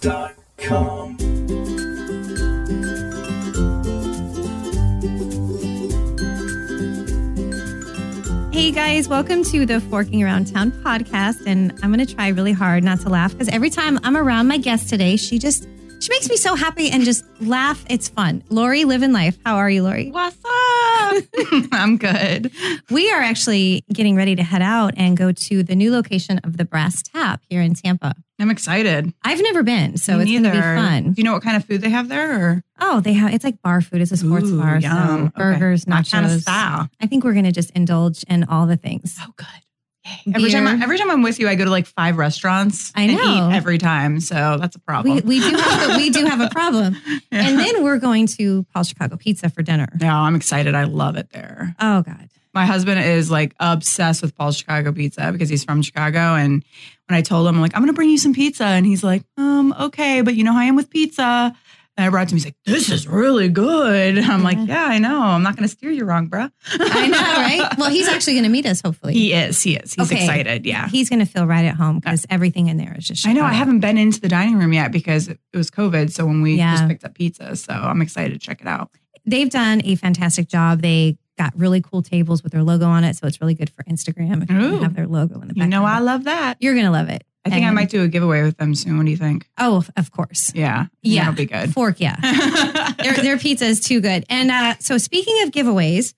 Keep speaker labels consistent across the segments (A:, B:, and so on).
A: radioinfluence.com.
B: Hey guys, welcome to the Forking Around Town podcast. And I'm going to try really hard not to laugh because every time I'm around my guest today, she just, she makes me so happy and just laugh. It's fun. Lori, live in life. How are you, Lori?
C: What's up? I'm good.
B: We are actually getting ready to head out and go to the new location of the Brass Tap here in Tampa.
C: I'm excited.
B: I've never been, so it's going to be
C: Neither-
B: fun.
C: Do you know what kind of food they have there? Or
B: Oh, they have, it's like bar food. It's a sports
C: Ooh,
B: bar.
C: yum.
B: So
C: Okay.
B: burgers,
C: That
B: nachos.
C: kind of style.
B: I think we're going to just indulge in all the things.
C: Oh, good. Every time, I, every time I'm with you, I go to like five restaurants.
B: I
C: and
B: know.
C: eat every time, so that's a problem.
B: we, we do have a, we do have a problem.
C: Yeah.
B: And then we're going to Paul Chicago Pizza for dinner.
C: no, I'm excited. I love it there.
B: Oh God.
C: My husband is like obsessed with Paul's Chicago pizza because he's from Chicago. And when I told him, I'm like, I'm gonna bring you some pizza, and he's like, um, okay, but you know how I am with pizza. And I brought it to him. He's like, this is really good. I'm like,
B: Yeah.
C: yeah, I know. I'm not gonna steer you wrong, bruh.
B: I know, right? Well, he's actually going to meet us hopefully.
C: He is. He is. He's
B: Okay.
C: excited. Yeah.
B: He's going to feel right at home because everything in there is just.
C: I know. I
B: Chicago.
C: haven't been into the dining room yet because it was COVID. So when we
B: Yeah.
C: just picked up pizza, so I'm excited to check it out.
B: They've done a fantastic job. They got really cool tables with their logo on it, so it's really good for Instagram if you
C: Ooh.
B: have their logo in the
C: You
B: background.
C: know, I love that.
B: You're going to love it.
C: I think I
B: And-
C: might do a giveaway with them soon. What do you think?
B: Oh, of course.
C: Yeah.
B: Yeah.
C: That'll be good.
B: Fork, yeah. their, their pizza is too good. And uh, so, speaking of giveaways,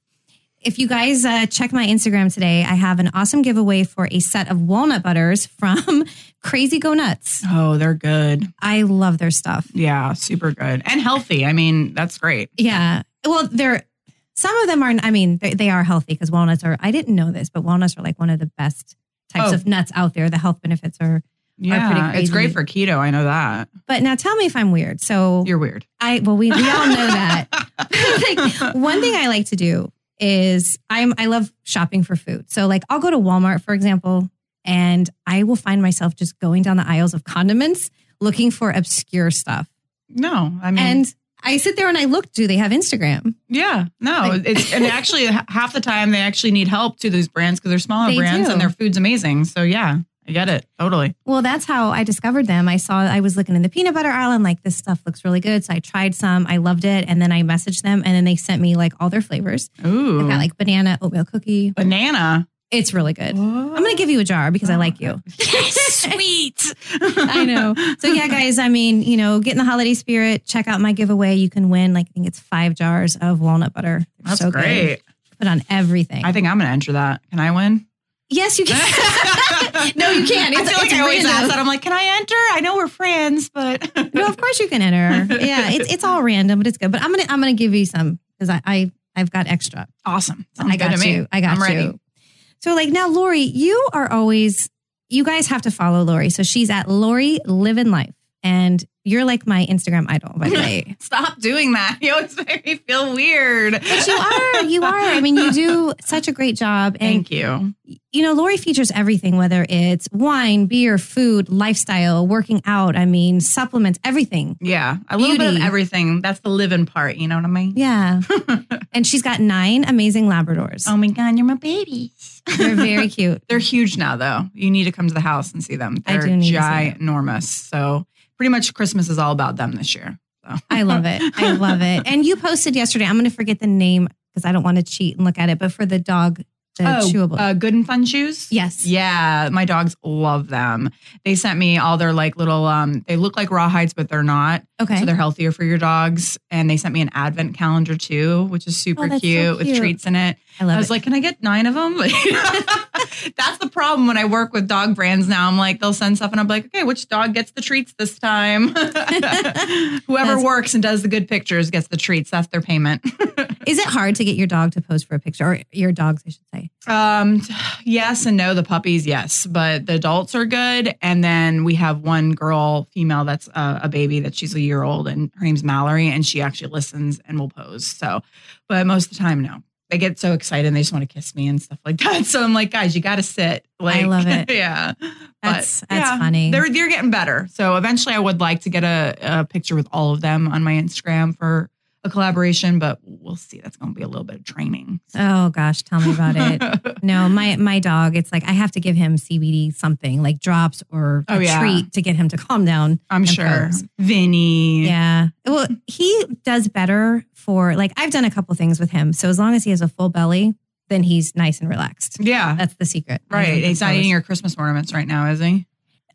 B: if you guys uh, check my Instagram today, I have an awesome giveaway for a set of walnut butters from Crazy Go Nuts.
C: oh, they're good.
B: I love their stuff.
C: Yeah. Super good and healthy. I mean, that's great.
B: Yeah. Well, they're some of them are. I mean, they, they are healthy because walnuts are. I didn't know this, but walnuts are like one of the best types
C: Oh.
B: of nuts out there. The health benefits are.
C: Yeah.
B: pretty
C: It's great
B: crazy.
C: for keto. I know that.
B: But now, tell me if I'm weird. So
C: You're weird.
B: I well, we we all know that. like, one thing I like to do is I'm I love shopping for food. So like I'll go to Walmart for example, and I will find myself just going down the aisles of condiments looking for obscure stuff.
C: No, I mean,
B: and I sit there and I look, do they have Instagram?
C: yeah, no,
B: Like-
C: it's and actually h- half the time they actually need help to these brands because they're smaller
B: They
C: brands
B: do.
C: and their food's amazing. So yeah, I get it totally.
B: Well, that's how I discovered them. I saw I was looking in the peanut butter aisle and like this stuff looks really good. So I tried some, I loved it, and then I messaged them and then they sent me like all their flavors.
C: Ooh,
B: I've got like banana, oatmeal cookie.
C: banana.
B: It's really good. I'm gonna give you a jar because I like you.
C: sweet.
B: I know. So yeah, guys, I mean, you know, get in the holiday spirit, check out my giveaway. You can win like I think it's five jars of walnut butter. They're
C: That's
B: so good.
C: great.
B: Put on everything.
C: I think I'm gonna enter that. Can I win?
B: yes, you can. no, you can.
C: I
B: It's,
C: feel like
B: it's
C: I always
B: random.
C: ask that. I'm like, can I enter? I know we're friends, but
B: No, of course you can enter. Yeah, it's it's all random, but it's good. But I'm gonna I'm gonna give you some because I, I I've got extra.
C: awesome. Sounds
B: I got
C: Oh, good to me.
B: you. I
C: I'm
B: got you.
C: ready.
B: So like now, Lori, you are always you guys have to follow Lori. So she's at Lori Livin' Life, and you're like my Instagram idol by the way.
C: Stop doing that. You always make me feel weird.
B: But you are, you are. I mean, you do such a great job. And,
C: Thank you.
B: you know, Lori features everything, whether it's wine, beer, food, lifestyle, working out, I mean, supplements, everything.
C: Yeah, a little bit
B: Beauty.
C: of everything. That's the living part. You know what I mean?
B: Yeah. and she's got nine amazing Labradors.
C: Oh my god, you're my babies.
B: They're very cute.
C: They're huge now, though. You need to come to the house and see them.
B: I
C: They're
B: do need to see them.
C: ginormous. So pretty much Christmas is all about them this year. So.
B: I love it. I love it. And you posted yesterday, I'm going to forget the name because I don't want to cheat and look at it, but for the dog, the chewable.
C: Uh, good and fun shoes.
B: yes.
C: Yeah, my dogs love them. They sent me all their like little um they look like rawhides but they're not.
B: Okay.
C: So they're healthier for your dogs and they sent me an advent calendar too, which is super
B: Oh, that's so
C: cute, with
B: cute.
C: treats in it.
B: I love
C: I was
B: it.
C: like, "Can I get 9 of them?" That's the problem when I work with dog brands now. I'm like, they'll send stuff and I'm like, "Okay, which dog gets the treats this time?" Whoever
B: That's-
C: works and does the good pictures gets the treats. That's their payment.
B: Is it hard to get your dog to pose for a picture or your dogs, I should say?
C: Um, t- yes and no. The puppies, yes, but the adults are good. And then we have one girl, female, that's uh, a, a baby that she's a year old, and her name's Mallory, and she actually listens and will pose. So, but most of the time, no. They get so excited and they just want to kiss me and stuff like that. So I'm like, guys, you got to sit. Like,
B: love it.
C: yeah,
B: That's- that's funny.
C: They're they're getting better. So eventually, I would like to get a, a picture with all of them on my Instagram for a collaboration, but we'll see. That's going to be a little bit of training.
B: Oh gosh, tell me about it. No, my my dog. It's like I have to give him CBD something like drops or a
C: Oh, yeah.
B: treat to get him to calm down.
C: I'm
B: And
C: sure.
B: pros.
C: Vinny.
B: Yeah. Well, he does better for like I've done a couple things with him. So as long as he has a full belly, then he's nice and relaxed.
C: Yeah.
B: That's the secret.
C: Right. He's not eating
B: your.
C: your Christmas ornaments right now, is he?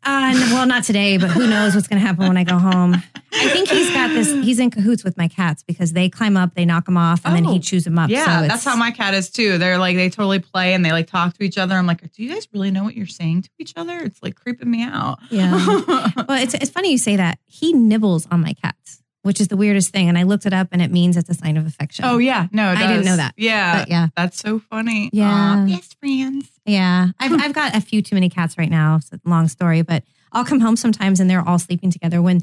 B: Uh, n- well, not today, but who knows what's going to happen when I go home. I think he's got this. He's in cahoots with my cats because they climb up, they knock him off, and then
C: Oh.
B: he chews him up.
C: Yeah,
B: Uh, so it's-
C: that's how my cat is too. They're like they totally play and they like talk to each other. I'm like, do you guys really know what you're saying to each other? It's like creeping me out.
B: Yeah. well, it's it's funny you say that. He nibbles on my cats, which is the weirdest thing. And I looked it up, and it means it's a sign of affection.
C: oh yeah, no, it
B: I didn't
C: does.
B: know that.
C: Yeah,
B: But yeah,
C: that's so funny.
B: Yeah.
C: Aw, best friends.
B: yeah. I've I've got a few too many cats right now. It's a long story, but I'll come home sometimes, and they're all sleeping together. When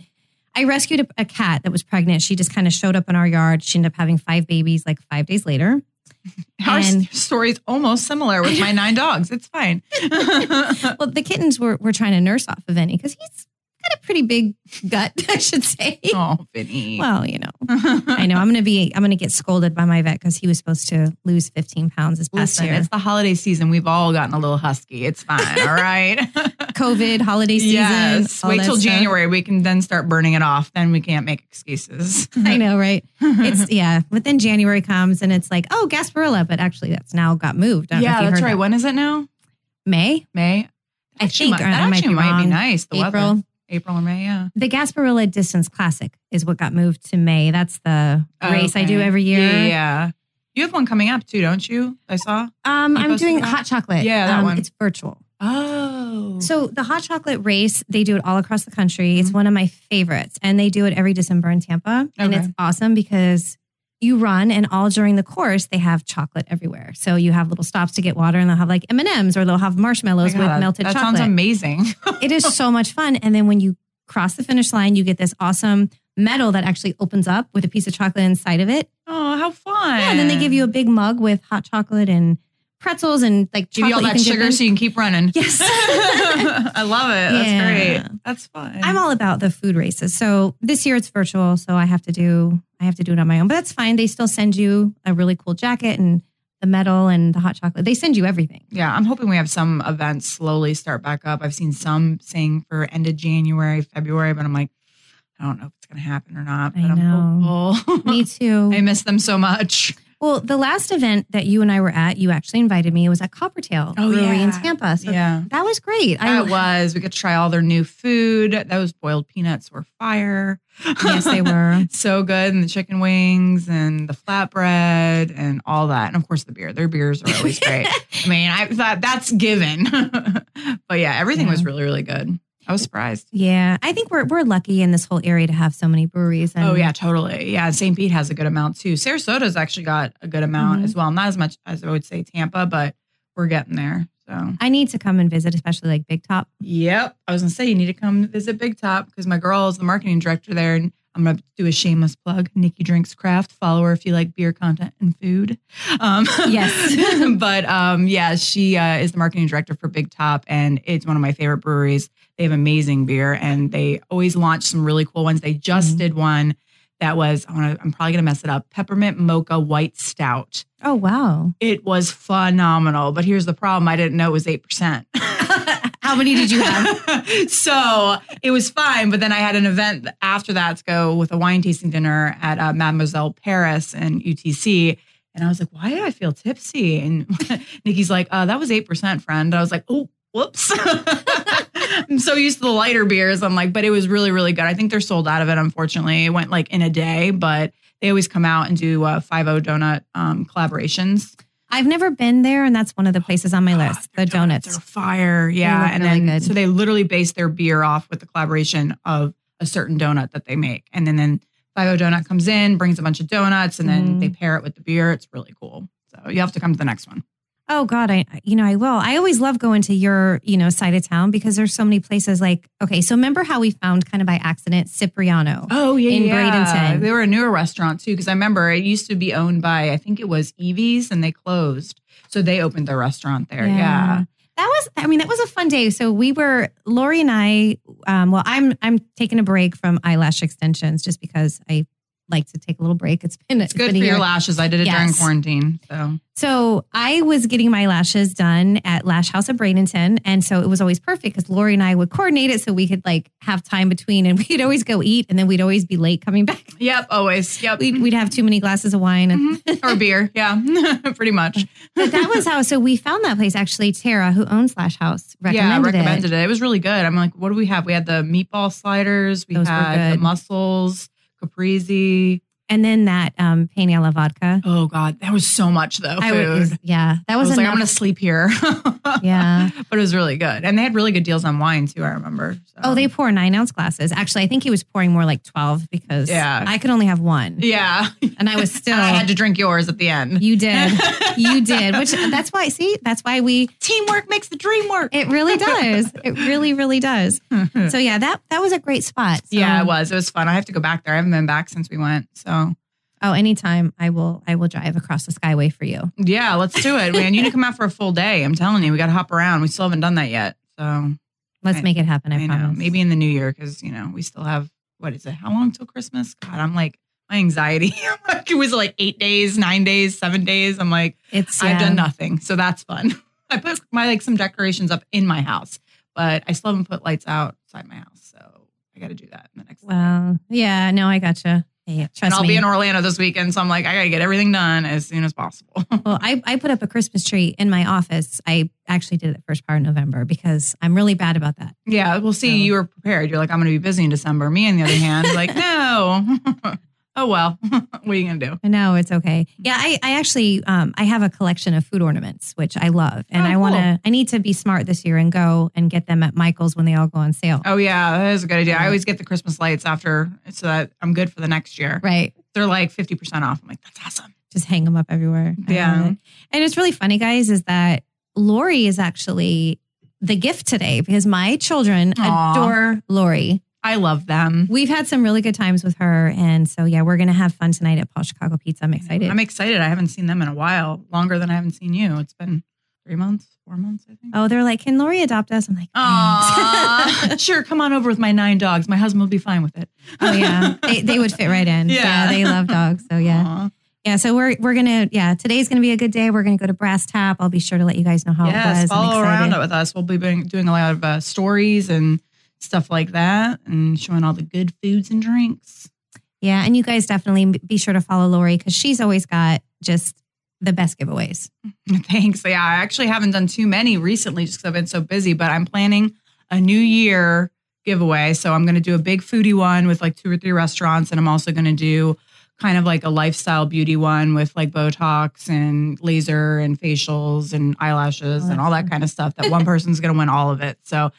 B: I rescued a, a cat that was pregnant, she just kind of showed up in our yard. She ended up having five babies like five days later.
C: Our s-
B: And-
C: story's almost similar with my nine dogs. It's fine. Uh.
B: Well, the kittens were, were trying to nurse off of Vinny because he's got a pretty big gut, I should say.
C: oh, Vinny.
B: Well, you know, I know I'm gonna be I'm gonna get scolded by my vet because he was supposed to lose 15 pounds this past
C: Listen,
B: year.
C: it's the holiday season. We've all gotten a little husky. It's fine. All right.
B: COVID holiday season.
C: yes.
B: all
C: Wait
B: that
C: till
B: stuff.
C: January. We can then start burning it off. Then we can't make excuses.
B: I know, right? It's yeah, but then January comes and it's like, oh, Gasparilla, but actually that's now got moved. I don't know if
C: yeah,
B: you
C: that's
B: heard
C: right.
B: that.
C: When is it now?
B: May,
C: May.
B: I
C: Actually,
B: think,
C: mi-
B: or I
C: that
B: might
C: actually
B: be
C: might be
B: wrong.
C: nice. The
B: April.
C: weather. April and May. Yeah.
B: The Gasparilla Distance Classic is what got moved to May. That's the race I do
C: Okay.
B: every year.
C: Yeah, yeah. You have one coming up too, don't you? I saw.
B: Um,
C: You
B: I'm
C: posted
B: doing
C: that?
B: hot chocolate.
C: Yeah, that
B: um,
C: one.
B: It's virtual.
C: Oh.
B: So the hot chocolate race, they do it all across the country. It's
C: Mm-hmm.
B: one of my favorites, and they do it every December in Tampa, and
C: Okay.
B: it's awesome because you run, and all during the course, they have chocolate everywhere. So you have little stops to get water, and they'll have like M and M's, or they'll have marshmallows with melted
C: Oh that
B: chocolate.
C: sounds amazing.
B: it is so much fun, and then when you cross the finish line, you get this awesome medal that actually opens up with a piece of chocolate inside of it.
C: Oh, how fun!
B: Yeah, and then they give you a big mug with hot chocolate and pretzels and like
C: give
B: chocolate
C: you all that
B: can give
C: sugar
B: them.
C: so you can keep running.
B: Yes.
C: I love it.
B: Yeah.
C: That's great. That's fun.
B: I'm all about the food races. So this year it's virtual, so I have to do I have to do it on my own. But that's fine. They still send you a really cool jacket and the medal and the hot chocolate. They send you everything.
C: yeah, I'm hoping we have some events slowly start back up. I've seen some saying for end of January, February, but I'm like, I don't know if it's going to happen or not.
B: I
C: But I'm
B: know.
C: hopeful.
B: Me too.
C: I miss them so much.
B: well, the last event that you and I were at, you actually invited me. It was at Coppertail
C: Oh,
B: Brewery in
C: yeah.
B: Tampa. So
C: yeah.
B: that was great.
C: That was. We got to try all their new food. Those boiled peanuts were fire.
B: yes, they were.
C: so good. And the chicken wings and the flatbread and all that. And of course, the beer. Their beers are always great. I mean, I thought that's given. but yeah, everything
B: Yeah.
C: was really, really good. I was surprised.
B: Yeah, I think we're we're lucky in this whole area to have so many breweries. And
C: Oh, yeah, totally. Yeah, St. Pete has a good amount too. Sarasota's actually got a good amount
B: Mhm.
C: as well. Not as much as I would say Tampa, but we're getting there. So.
B: I need to come and visit, especially like Big Top.
C: Yep. I was gonna say you need to come visit Big Top because my girl is the marketing director there, and I'm gonna do a shameless plug. Nikki drinks craft. Follow her if you like beer content and food. Um,
B: Yes.
C: but um, yeah, she uh, is the marketing director for Big Top, and it's one of my favorite breweries. They have amazing beer, and they always launch some really cool ones. They just
B: Mhm.
C: did one that was I wanna, I'm probably gonna mess it up. Peppermint mocha white stout.
B: Oh wow.
C: It was phenomenal, but here's the problem: I didn't know it was eight percent.
B: How many did you have?
C: so it was fine, but then I had an event after that to go with a wine tasting dinner at uh, Mademoiselle Paris and UTC. And I was like, why do I feel tipsy? And Nikki's like, uh, that was 8%, friend. I was like, oh, whoops. I'm so used to the lighter beers. I'm like, but it was really, really good. I think they're sold out of it, unfortunately. It went like in a day, but they always come out and do uh, 5 donut um, collaborations.
B: I've never been there, and that's one of the places on my
C: God,
B: list.
C: their
B: The donuts.
C: are fire. Yeah.
B: look
C: And
B: really
C: then
B: good.
C: so they literally base their beer off with the collaboration of a certain donut that they make. And then then Five O Donut comes in, brings a bunch of donuts, and then
B: Mhm.
C: they pair it with the beer. It's really cool. So you have to come to the next one.
B: Oh God, I you know I will. I always love going to your you know side of town because there's so many places. Like okay, so remember how we found kind of by accident Cipriano?
C: Oh yeah,
B: In Bradenton.
C: They were a newer restaurant too, because I remember it used to be owned by I think it was Evie's, and they closed. So they opened their restaurant there. Yeah.
B: That was, I mean, that was a fun day. So we were, Lori and I, um, well, I'm, I'm taking a break from eyelash extensions just because I like to take a little break. It's been
C: It's good for
B: been a
C: your
B: year.
C: lashes. I did it during
B: Yes.
C: quarantine. So
B: So I was getting my lashes done at Lash House at Bradenton. And so it was always perfect because Lori and I would coordinate it so we could like have time between and we'd always go eat and then we'd always be late coming back.
C: yep, always. Yep.
B: We'd, we'd have too many glasses of wine. And
C: Mhm. or beer. Yeah. Pretty much.
B: but that was how, so we found that place actually. Tara, who owns Lash House,
C: yeah,
B: recommended,
C: recommended it. it. was really good. I'm like, what do we have? We had the meatball sliders. We
B: Those were
C: had the
B: good.
C: mussels, caprese.
B: And then that um, Pena alla Vodka.
C: Oh God, that was so much though. Oh, Food.
B: I
C: I,
B: would-
C: was,
B: yeah, that was,
C: like,
B: enough.
C: I'm gonna sleep here.
B: yeah.
C: but it was really good, and they had really good deals on wine too. I remember. So.
B: Oh, they pour nine ounce glasses. Actually, I think he was pouring more like 12 because
C: Yeah.
B: I could only have one.
C: Yeah,
B: And I was still,
C: and I had to drink yours at the end.
B: you did. You did, which that's why, see, that's why we,
C: Teamwork makes the dream work.
B: it really does. It really, really does. So yeah, that, that was a great spot. So-
C: yeah, it was. It was fun. I have to go back there. I haven't been back since we went. So
B: Oh, anytime I will, I will drive across the skyway for you.
C: yeah, let's do it, man. You need to come out for a full day. I'm telling you, we got to hop around. We still haven't done that yet. So
B: Let's
C: I-
B: make it happen. I,
C: I know.
B: promise.
C: Maybe in the new year, because you know we still have what is it? How long till Christmas? God, I'm like my anxiety. I'm like, it was like eight days, nine days, seven days. I'm like
B: it's,
C: I've
B: yeah.
C: done nothing, so that's fun. I put my like some decorations up in my house, but I still haven't put lights outside my house, so I got to do that in the next.
B: Well, yeah, no, I gotcha. Yeah,
C: and
B: trust
C: I'll
B: me.
C: be in Orlando this weekend, so I'm like I gotta get everything done as soon as possible.
B: Well, I, I put up a Christmas tree in my office. I actually did it first part of November because I'm really bad about that.
C: yeah, we'll see.
B: So-
C: You were prepared. You're like I'm gonna be busy in December. Me, on the other hand, like no. oh well, what are you gonna do?
B: I know it's okay.
C: Hmm.
B: Yeah, I, I actually um, I have a collection of food ornaments, which I love. And
C: Oh,
B: I wanna I need to be smart this year and go and get them at Michael's when they all go on sale.
C: Oh yeah, that is a good idea. I
B: Yeah.
C: always get the Christmas lights after, so that I'm good for the next year.
B: Right.
C: They're like fifty percent off. I'm like, that's awesome.
B: Just hang them up everywhere. I
C: Yeah.
B: love it. And it's really funny, guys, is that Lori is actually the gift today because my children
C: Aw.
B: adore Lori.
C: I love them.
B: We've had some really good times with her. And so, yeah, we're going to have fun tonight at Paul Chicago Pizza. I'm excited.
C: I'm excited. I haven't seen them in a while, longer than I haven't seen you. It's been three months, four months, I think.
B: oh, they're like, can Lori adopt us? I'm like, thanks.
C: Aw. sure, come on over with my nine dogs. My husband will be fine with it.
B: oh, yeah. They, they would fit right in.
C: Yeah.
B: They love dogs. So, yeah.
C: Aw.
B: Yeah. So, we're, we're going to, yeah, today's going to be a good day. We're going to go to Brass Tap. I'll be sure to let you guys know how it
C: Yes,
B: was. I'm
C: follow around
B: excited.
C: with us. We'll be doing doing a lot of uh, stories and stuff like that and showing all the good foods and drinks.
B: Yeah. And you guys definitely be sure to follow Lori because she's always got just the best giveaways.
C: Thanks. Yeah, I actually haven't done too many recently just because I've been so busy, but I'm planning a new year giveaway. So I'm going to do a big foodie one with like two or three restaurants. And I'm also going to do kind of like a lifestyle beauty one with like Botox and laser and facials and eyelashes and all that kind of stuff that one person's going to win all of it. So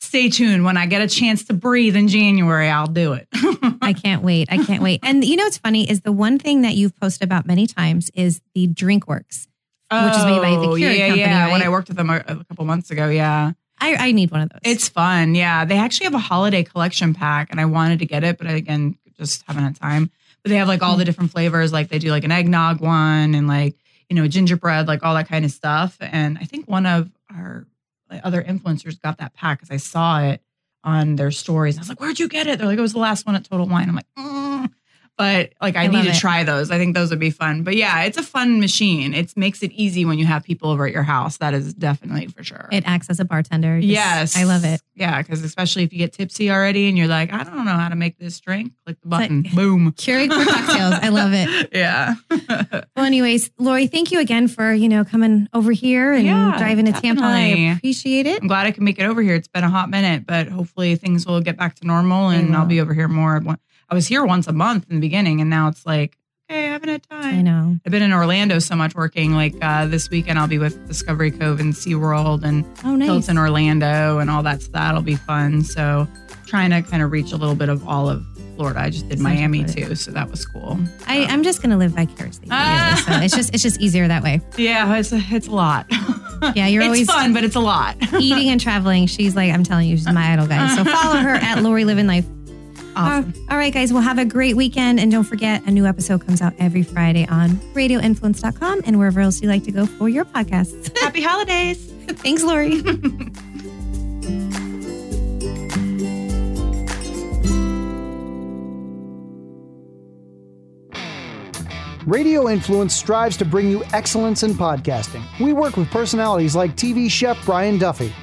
C: stay tuned. When I get a chance to breathe in January, I'll do it.
B: I can't wait. I can't wait. And you know what's funny is the one thing that you've posted about many times is the drink works. Which is made by the
C: Oh,
B: Keurig
C: yeah,
B: company,
C: Yeah, when
B: right?
C: I worked with them a, a couple months ago. Yeah.
B: I, I need one of those.
C: It's fun. Yeah. They actually have a holiday collection pack and I wanted to get it, but I, again, just haven't had time. But they have like
B: Hmm.
C: all the different flavors. Like they do like an eggnog one and like, you know, gingerbread, like all that kind of stuff. And I think one of our like, other influencers got that pack because I saw it on their stories. I was like, where'd you get it? They're like, it was the last one at Total Wine. I'm like, mm. but like, I,
B: I
C: need
B: love
C: to
B: it.
C: try those. I think those would be fun. But yeah, it's a fun machine. It makes it easy when you have people over at your house. That is definitely for sure.
B: it acts as a bartender. Just-
C: Yes.
B: I love it.
C: Yeah, because especially if you get tipsy already and you're like, I don't know how to make this drink, click the
B: like-
C: button. Boom.
B: Keurig for cocktails. I love it.
C: Yeah.
B: Well, anyways, Lori, thank you again for, you know, coming over here and
C: Yeah,
B: driving to Tampa.
C: definitely.
B: I appreciate it.
C: I'm glad I can make it over here. It's been a hot minute, but hopefully things will get back to normal
B: They
C: and I'll
B: will.
C: be over here more. I was here once a month in the beginning and now it's like, hey, I haven't had time.
B: I know.
C: I've been in Orlando so much working. Like uh, this weekend, I'll be with Discovery Cove and SeaWorld and
B: Oh, nice.
C: Hilton Orlando and all that. So that'll be fun. So trying to kind of reach a little bit of all of Florida. I just did
B: Central
C: Miami
B: Florida.
C: too. So that was cool.
B: I, I'm just going to live vicariously. through you,
C: Ah.
B: so it's just it's just easier that way.
C: Yeah, it's a, it's a lot.
B: Yeah, you're
C: it's
B: always
C: fun, but it's a lot.
B: eating and traveling. She's like, I'm telling you, she's my idol, guys. So follow her at Lori Living Life.
C: Awesome.
B: All- all right, guys. Well, have a great weekend. And don't forget, a new episode comes out every Friday on radioinfluence.com and wherever else you like to go for your podcasts.
C: Happy holidays.
B: Thanks, Lori.
A: Radio Influence strives to bring you excellence in podcasting. We work with personalities like TV chef Brian Duffy,